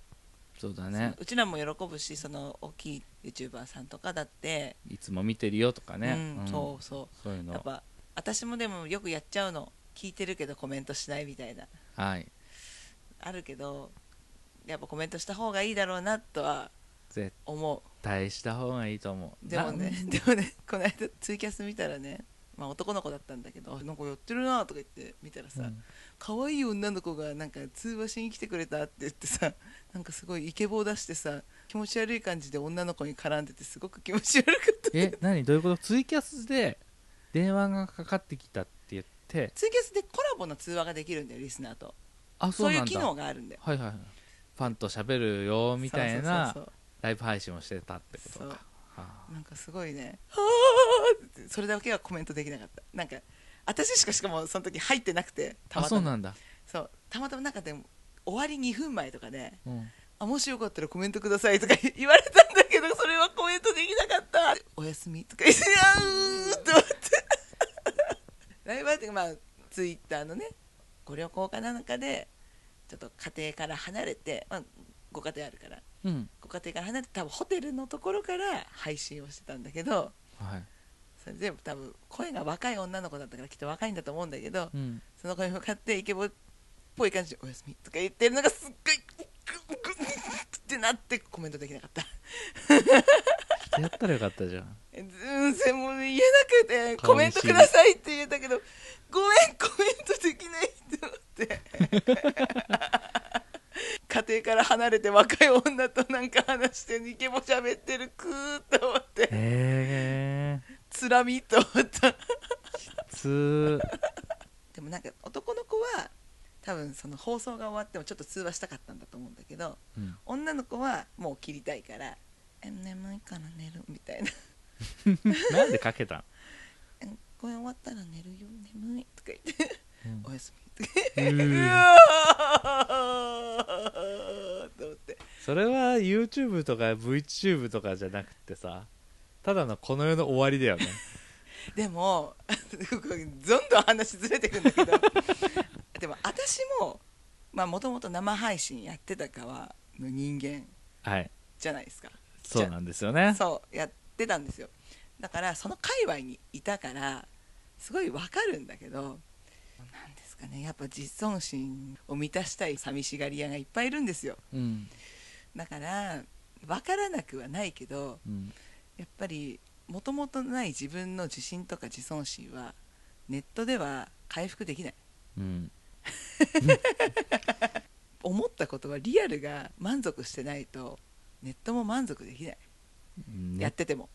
S2: そうだ
S1: そ
S2: ね
S1: のうちらも喜ぶしその大きい YouTuber さんとかだって、
S2: いつも見てるよとかね、
S1: うん
S2: ん
S1: そうそう
S2: そういう
S1: やっ
S2: の
S1: ぱ私もでもよくやっちゃうの聞いてるけどコメントしないみたいな
S2: はい
S1: あるけどやっぱコメントした方がいいだろうなとは
S2: 絶
S1: 思
S2: 対した方がいいと思
S1: う
S2: う
S1: でもねでもねこの間ツイキャス見たらね、まあ、男の子だったんだけどあなんかやってるなとか言って見たらさ、
S2: なうん
S1: 可愛い女の子がなんか通話しに来てくれたって言ってさなんかすごいイケボを出してさ気持ち悪い感じで女の子に絡んでてすごく気持ち悪かった
S2: え何どういうことツイキャスで電話がかかってきたって言って
S1: ツイキャスでコラボの通話ができるんだよリスナーと
S2: あ
S1: そう
S2: な
S1: い
S2: んだ
S1: う機能があるんだよ
S2: はいはいはいファンと喋るよみたいな
S1: そうそうそうそう
S2: ライブ配信をしてたってこと
S1: そ
S2: か
S1: う
S2: はあ
S1: なんかすごいね「あーってそれだけはコメントできなかったなんか私しかしかもその時入ってなくてた
S2: あ
S1: ま
S2: そ
S1: た
S2: うな
S1: ま
S2: んだ、
S1: そうたまたまなんかでも終わり2分前とかで
S2: うん、
S1: 「あもしよかったらコメントください」とか言われたんだけどそれはコメントできなかった「おやすみ」とか言って「あうー」と思ってライブってまあツイッターのねご旅行かなんかでちょっと家庭から離れて、まあ、ご家庭あるから
S2: うん
S1: ご家庭から離れて多分ホテルのところから配信をしてたんだけど
S2: はい
S1: それ全部多分声が若い女の子だったからきっと若いんだと思うんだけど
S2: うん、
S1: その子に向かってイケボっぽい感じで「おやすみ」とか言ってるのがすっごいグッグッグッグッってなってコメントできなかった
S2: やったらよかったじゃ ん
S1: 全然もう言えなくて「コメントください」って言えたけど「ごめんコメントできない」って思って家庭から離れて若い女となんか話してイケボ喋ってるくーっと思って
S2: へえ
S1: つらみと思った
S2: つ
S1: でもなんか男の子は多分その放送が終わってもちょっと通話したかったんだと思うんだけど
S2: うん
S1: 女の子はもう切りたいから「え眠いから寝る」みたいな
S2: なんでかけたの
S1: 「えこれ終わったら寝るよ眠い」とか言って「おやすみ」とか
S2: うん
S1: うわー と思って
S2: それは YouTube とか VTube とかじゃなくてさただのこの世の終わりだ よね
S1: でも どんどん話ずれてくんだけど でも私ももともと生配信やってた側の人間
S2: はい
S1: じゃないですか
S2: そうなんですよね
S1: そうやってたんですよだからその界隈にいたからすごいわかるんだけどなんですかねやっぱ実存心を満たしたい寂しがり屋がいっぱいいるんですよ
S2: うん
S1: だからわからなくはないけど
S2: うん
S1: やっぱりもともとない自分の自信とか自尊心はネットでは回復できない
S2: うん
S1: 思ったことはリアルが満足してないとネットも満足できない、やってても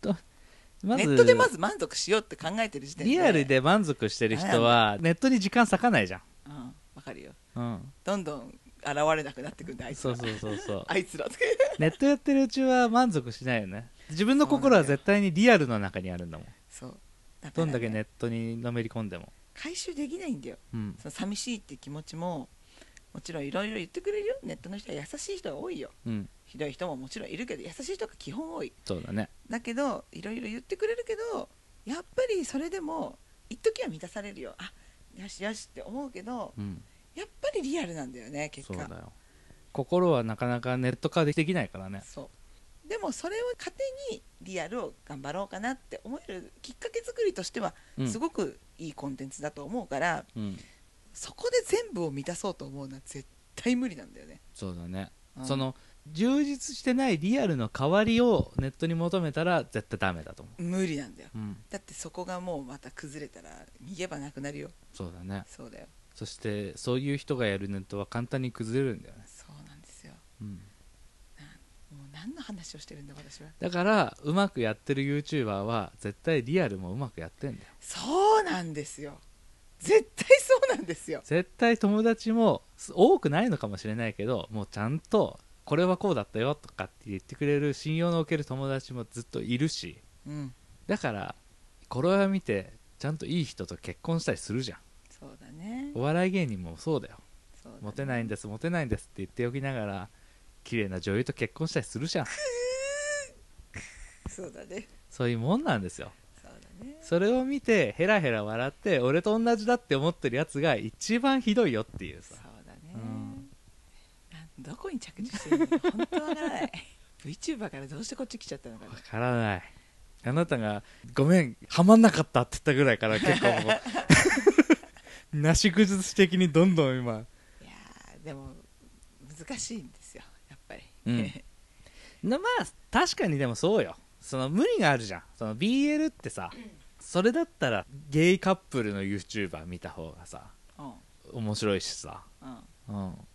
S2: ま
S1: ネットでまず満足しようって考えてる時点で
S2: リアルで満足してる人はネットに時間割かないじゃん
S1: うんわかるよ
S2: うん
S1: どんどん現れなくなってくんだあいつ
S2: そ
S1: ら
S2: うそうそうそう
S1: あいつらとか
S2: ネットやってるうちは満足しないよね自分の心は絶対にリアルの中にあるんだもん
S1: そうだか
S2: ど
S1: ら
S2: ん
S1: ね
S2: だけネットにのめり込んでも
S1: 回収できないんだよ
S2: うん
S1: その寂しいって気持ちももちろんいろいろ言ってくれるよネットの人は優しい人が多いよ
S2: うん
S1: ひどい人ももちろんいるけど優しい人が基本多い
S2: そうだね
S1: だけどいろいろ言ってくれるけどやっぱりそれでも一時は満たされるよあよしよしって思うけど
S2: うん
S1: やっぱりリアルなんだよね結
S2: そう
S1: 果
S2: だよ心はなかなかネット化できないからね
S1: そうでもそれを糧にリアルを頑張ろうかなって思えるきっかけ作りとしては
S2: うん
S1: すごくいいコンテンツだと思うから、
S2: うん
S1: そこで全部を満たそうと思うのは絶対無理なんだよね、
S2: そうだね
S1: うん
S2: その充実してないリアルの代わりをネットに求めたら絶対ダメだと思
S1: 無理なんだよ
S2: ううん
S1: だってそこがもうまた崩れたら逃げ場なくなるよ
S2: そうだね
S1: そうだよ
S2: そしてそういう人がやるネットは簡単に崩れるんだよね、
S1: そうなんですよ
S2: うん、
S1: もう何の話をしてるんだ私は
S2: だからうまくやってる YouTuber は絶対リアルもうまくやってんだよ
S1: そうなんですよ絶対そうなんですよ
S2: 絶対友達もす多くないのかもしれないけどもうちゃんとこれはこうだったよとかって言ってくれる信用のおける友達もずっといるし
S1: うん
S2: だからこれは見てちゃんといい人と結婚したりするじゃん
S1: そうだね
S2: お笑い芸人もそうだよ
S1: そうだね
S2: モテないんですモテないんですって言っておきながら綺麗な女優と結婚したりするじゃん
S1: そうだね
S2: そういうもんなんですよ
S1: そうだね
S2: それを見てヘラヘラ笑って俺と同じだって思ってるやつが一番ひどいよっていう
S1: そ
S2: さ
S1: うだね、
S2: うん
S1: なんどこに着地してるのか本当わからない VTuber からどうしてこっち来ちゃったのかな
S2: わからないあなたが「ごめんハマんなかった」って言ったぐらい から結構もう なし崩し的にどんどん今
S1: いやーでも難しいんですよやっぱり、
S2: うん なまあ確かにでもそうよその無理があるじゃんその BL ってさ、それだったらゲイカップルの YouTuber 見た方がさ
S1: うん
S2: 面白いしさ
S1: うん
S2: うん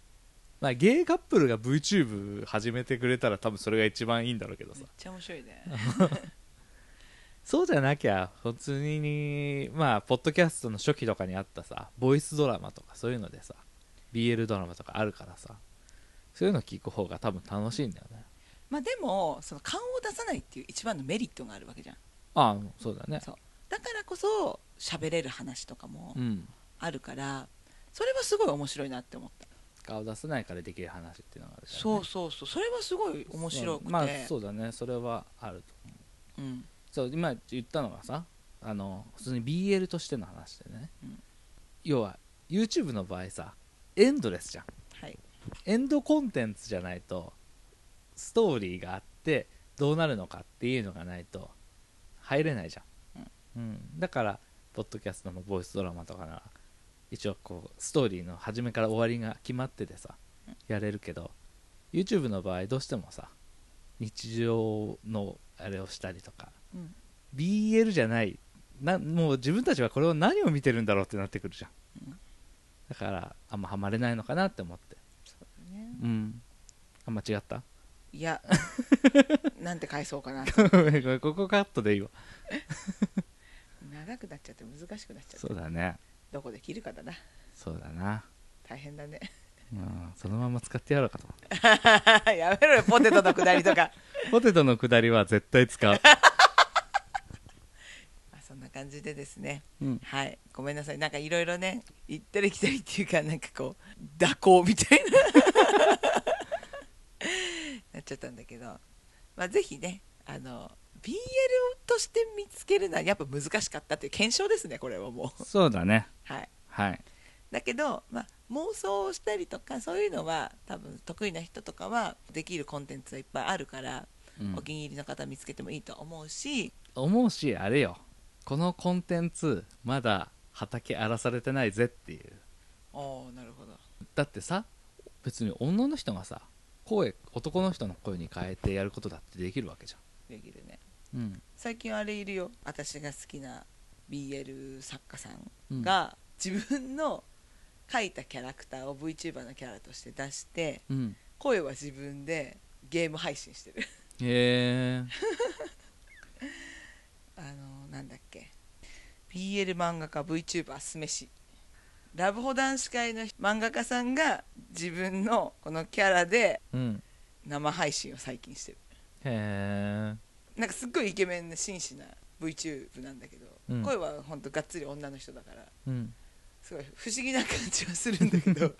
S2: まあゲイカップルが VTube 始めてくれたら多分それが一番いいんだろうけど
S1: め
S2: さ
S1: っちゃ面白いね
S2: そうじゃなきゃ普通にまあポッドキャストの初期とかにあったさボイスドラマとかそういうのでさ BL ドラマとかあるからさそういうの聞く方が多分楽しいんだよね
S1: まあでもその顔を出さないっていう一番のメリットがあるわけじゃん
S2: ああそうだね
S1: そうだからこそ喋れる話とかも
S2: うん
S1: あるから、それはすごい面白いなって思った
S2: 顔出せないからできる話っていうのがあるからね、
S1: そうそうそうそれはすごい面白くて、
S2: まあそうだねそれはあると思う
S1: うん、
S2: そう今言ったのがさあの普通に BL としての話でね、
S1: うん
S2: 要は YouTube の場合さエンドレスじゃん
S1: はい
S2: エンドコンテンツじゃないとストーリーがあってどうなるのかっていうのがないと入れないじゃん、うんだからポッドキャストのボイスドラマとかなら一応こうストーリーの始めから終わりが決まっててさ
S1: うん
S2: やれるけど YouTube の場合どうしてもさ日常のあれをしたりとか
S1: うん
S2: BL じゃないなもう自分たちはこれを何を見てるんだろうってなってくるじゃん
S1: うん
S2: だからあんまハマれないのかなって思って
S1: そうだね
S2: うんあんま違った
S1: いやなんて返そうかな
S2: ごめんごめん ここカットでいいわ
S1: 長くなっちゃって難しくなっちゃっ
S2: そ
S1: て
S2: うだね
S1: どこで切るかだな
S2: そうだな
S1: 大変だね
S2: うんそのまま使ってやろうかと
S1: やめろよポテトのくだりとか
S2: ポテトのくだりは絶対 使う、
S1: まあそんな感じでですね
S2: うん、
S1: はいごめんなさいなんかいろいろね行ったり来たりっていうかなんかこう蛇行みたいな なっちゃったんだけど、まあ、ぜひねあの BL として見つけるのはやっぱ難しかったっていう検証ですねこれはもう、
S2: そうだね
S1: はい、
S2: はい
S1: だけど、まあ、妄想をしたりとかそういうのは多分得意な人とかはできるコンテンツはいっぱいあるから、
S2: うん
S1: お気に入りの方見つけてもいいと思うし
S2: 思うしあれよこのコンテンツまだ畑荒らされてないぜっていう
S1: おーなるほど
S2: だってさ別に女の人がさ声男の人の声に変えてやることだってできるわけじ
S1: できるね
S2: ゃん、うん、
S1: 最近あれいるよ私が好きな BL 作家さんが自分の描いたキャラクターを VTuber のキャラとして出して
S2: うん、
S1: 声は自分でゲーム配信してる
S2: へえ
S1: あのなんだっけ BL 漫画家 VTuber 酢飯ラブホ男子会の漫画家さんが自分のこのキャラで
S2: うん
S1: 生配信を最近してる
S2: へえ
S1: なんかすっごいイケメンな紳士な VTube なんだけど、
S2: うん
S1: 声はほんとがっつり女の人だから
S2: うん
S1: すごい不思議な感じはするんだけど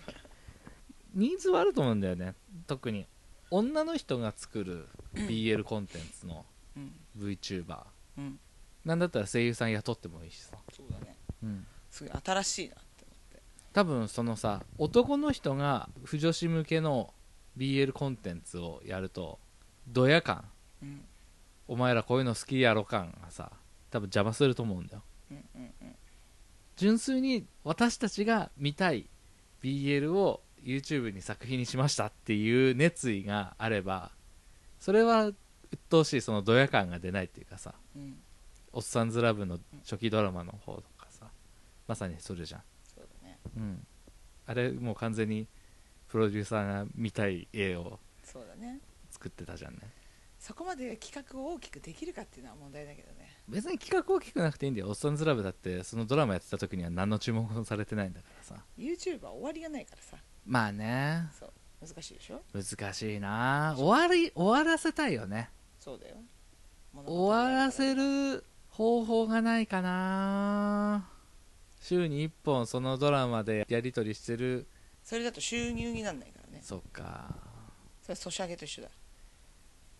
S2: ニーズはあると思うんだよね特に女の人が作る BL コンテンツの
S1: うん
S2: VTuber
S1: うん
S2: なんだったら声優さん雇ってもいいしさ、
S1: そうだね
S2: うん、
S1: すごい新しいなって思って
S2: 多分そのさ男の人が不女子向けの BL コンテンツをやるとドヤ感
S1: うん
S2: お前らこういうの好きやろ感がさ多分邪魔すると思うんだよ
S1: うんうんうん
S2: 純粋に私たちが見たい BL を YouTube に作品にしましたっていう熱意があればそれは鬱陶しいそのドヤ感が出ないっていうかさ
S1: うん
S2: 「おっさんずラブ」の初期ドラマの方とかさまさにそれじゃん
S1: そうだね
S2: うん、あれもう完全にプロデューサーが見たい絵を
S1: そうだね
S2: 作ってたじゃんね
S1: そこまで企画を大きくできるかっていうのは問題だけどね
S2: 別に企画大きくなくていいんだよ「おっさんずラブ」だってそのドラマやってた時には何の注目もされてないんだからさ
S1: YouTuber 終わりがないからさ
S2: まあね
S1: そう難しいでしょ
S2: 難しいな終わり終わらせたいよね
S1: そうだよ物語
S2: 終わらせ
S1: だから
S2: る方法がないかな週に1本そのドラマでやり取りしてる
S1: それだと収入にならないからね
S2: そっか
S1: それはソシャゲと一緒だ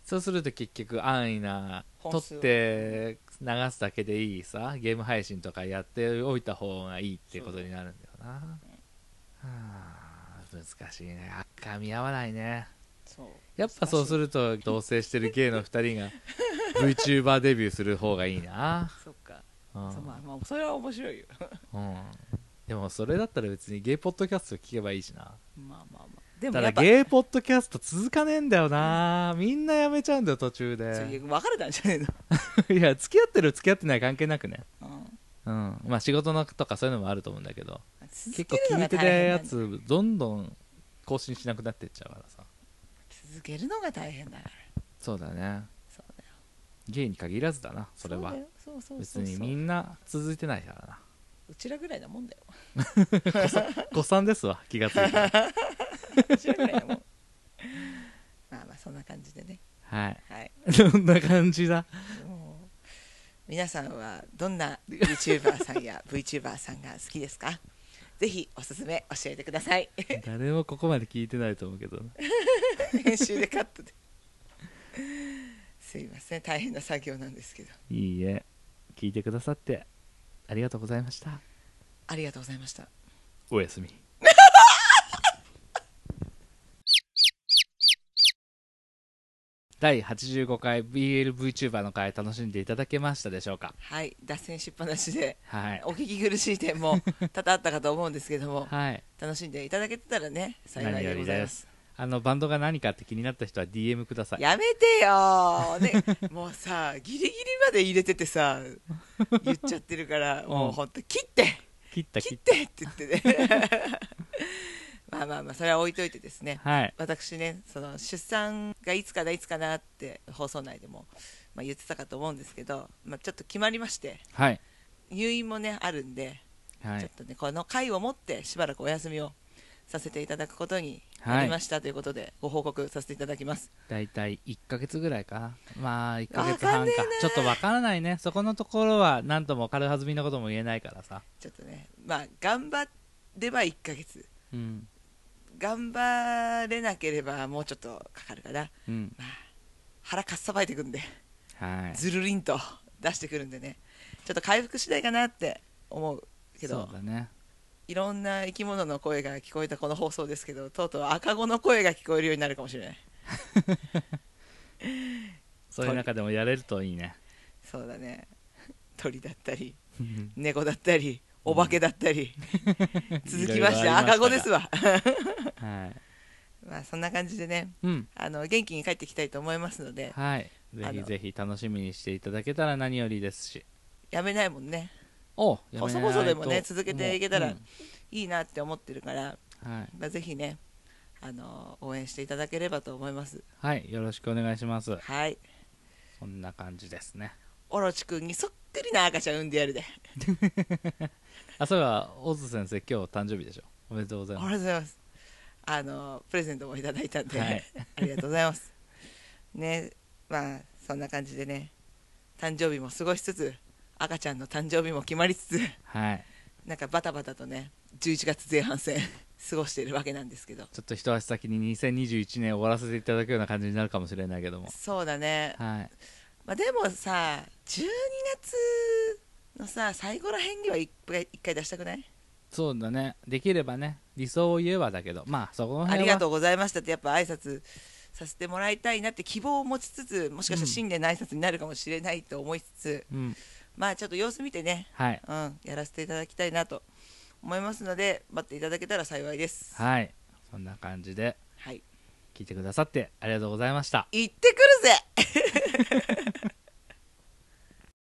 S2: そうすると結局安易な撮
S1: 本
S2: っ
S1: 数を
S2: て流すだけでいいさゲーム配信とかやっておいた方がいいってことになるんだよなはあ難しいねあ噛み合わないね
S1: そう
S2: やっぱそうすると同棲してる芸の2人が VTuber デビューする方がいいな、
S1: そっか
S2: うん
S1: そうまあまあそれは面白いよ
S2: うん、でもそれだったら別にゲイポッドキャスト聞けばいいしな
S1: まあまあまあでも
S2: た
S1: や
S2: だ
S1: っぱ
S2: ゲイポッドキャスト続かねえんだよな、みんなやめちゃうんだよ途中
S1: そうい
S2: で
S1: う別れたんじゃね
S2: いや付き合ってる付き合ってない関係なくね
S1: えの、うん
S2: うん、まあ仕事のとかそういうのもあると思うんだけど
S1: 続け
S2: 結構
S1: る
S2: 決
S1: の
S2: め
S1: が
S2: て
S1: 大
S2: た
S1: 変な
S2: や
S1: んだよ
S2: つどんどん更新しなくなってっちゃうからさ
S1: 続けるのが大変だから
S2: そうだね
S1: そうだよ
S2: ゲイに限らずだなそれは
S1: うだよそうそう
S2: 別
S1: そうそう
S2: にみんな続いてないから
S1: うちらぐらいなもんだよ
S2: な誤算ですわ気がついた
S1: うちらぐらいなもん まあまあそんな感じでね
S2: はい
S1: はい
S2: そんな感じだ
S1: もう皆さんはどんな YouTuber さん や VTuber さんが好きですかぜひおすすめ教えてくだ さい
S2: 誰もここまで聞いてないと思うけどな
S1: 編集でカットですいません大変な作業なんですけど
S2: いいえ聞いてくださってありがとうございました
S1: ありがとうございました
S2: おやすみ 第85回 BLVTuber の会楽しんでいただけましたでしょうか
S1: はい脱線しっぱなしで
S2: はい
S1: お聞き苦しい点も多々あったかと思うんですけども
S2: はい
S1: 楽しんでいただけてたらね幸いでございます
S2: あのバンドが何かって気になった人は DM ください
S1: やめてよーね もうさギリギリまで入れててさ言っちゃってるから、
S2: ん
S1: もうほんと切って
S2: 切った
S1: 切
S2: 切
S1: っ
S2: って
S1: って言ってね まあまあまあそれは置いといてですね
S2: たはい
S1: 私ねその出産がいつかないつかなって放送内でも、まあ、言ってたかと思うんですけど、まあ、ちょっと決まりまして
S2: はい
S1: 入院もねあるんで、
S2: は
S1: ちょ
S2: い
S1: っとねこの回をもってしばらくお休みをさせていただくことに
S2: はい
S1: なりましたということで、ご報告させていただきます
S2: 大体1ヶ月ぐらいかなまあ1ヶ
S1: わ
S2: 月
S1: かん
S2: 半
S1: ねえ
S2: か
S1: な
S2: ちょっとわからないねそこのところは何とも軽はずみのことも言えないからさ
S1: ちょっとねまあ頑張れば1ヶ月
S2: うん
S1: 頑張れなければもうちょっとかかるかな
S2: うん
S1: 腹かっさばいてくんで
S2: はい
S1: ずるりんと出してくるんでねちょっと回復次第かなって思うけ
S2: そ
S1: ど
S2: うだね
S1: いろんな生き物の声が聞こえたこの放送ですけどとうとう赤子の声が聞こえるようになるかもしれない
S2: そういう中でもやれるといいね
S1: そうだね鳥だったり猫だったりお化けだった り、続きまして赤子です
S2: わ
S1: わ
S2: は
S1: まあそんな感じでね
S2: い、うん
S1: あの元気に帰ってきたいと思いますので
S2: はい、ぜ
S1: あ
S2: ひ
S1: の
S2: ぜひ楽しみにしていただけたら何よりですし
S1: やめないもんね
S2: おやめ
S1: 細
S2: ないと
S1: 々でもね続けていけたら
S2: も
S1: いいなって思ってるから、
S2: ううんはい、
S1: まあ、ぜひねあの応援していただければと思います
S2: はい、よろしくお願いします
S1: はい
S2: そんな感じですね
S1: オロチくんにそっくりな赤ちゃん産んでやるで
S2: あそういえばオズ先生今日誕生日でしょおめでとうござい
S1: あ
S2: ま
S1: り
S2: す
S1: がとうございます。あのプレゼントもいただいたんで、
S2: はい
S1: ありがとうございます。ね、まあそんな感じでね、誕生日も過ごしつつ、赤ちゃんの誕生日も決まりつつ、
S2: はい
S1: なんかバタバタとね、11月前半戦過ごしているわけなんですけど、
S2: ちょっと一足先に2021年終わらせていただくような感じになるかもしれないけども
S1: そうだね。
S2: はい
S1: まあでもさ、12月のさ最後ら辺には一回一回出したくない？
S2: そうだねできればね理想を言えばだけどまあそこの辺
S1: あ
S2: は
S1: りがと
S2: う
S1: うございましたってやっぱ挨拶させてもらいたいなって希望を持ちつつもしかしたら新年の挨拶になるかもしれないと思いつつ、
S2: うん
S1: まあちょっと様子見てね、
S2: はい
S1: うん、やらせていただきたいなと思いますので待っていただけたら幸いです。はい、
S2: はいそんな感じで聞いてくださってありがとうございました
S1: 行ってくるぜ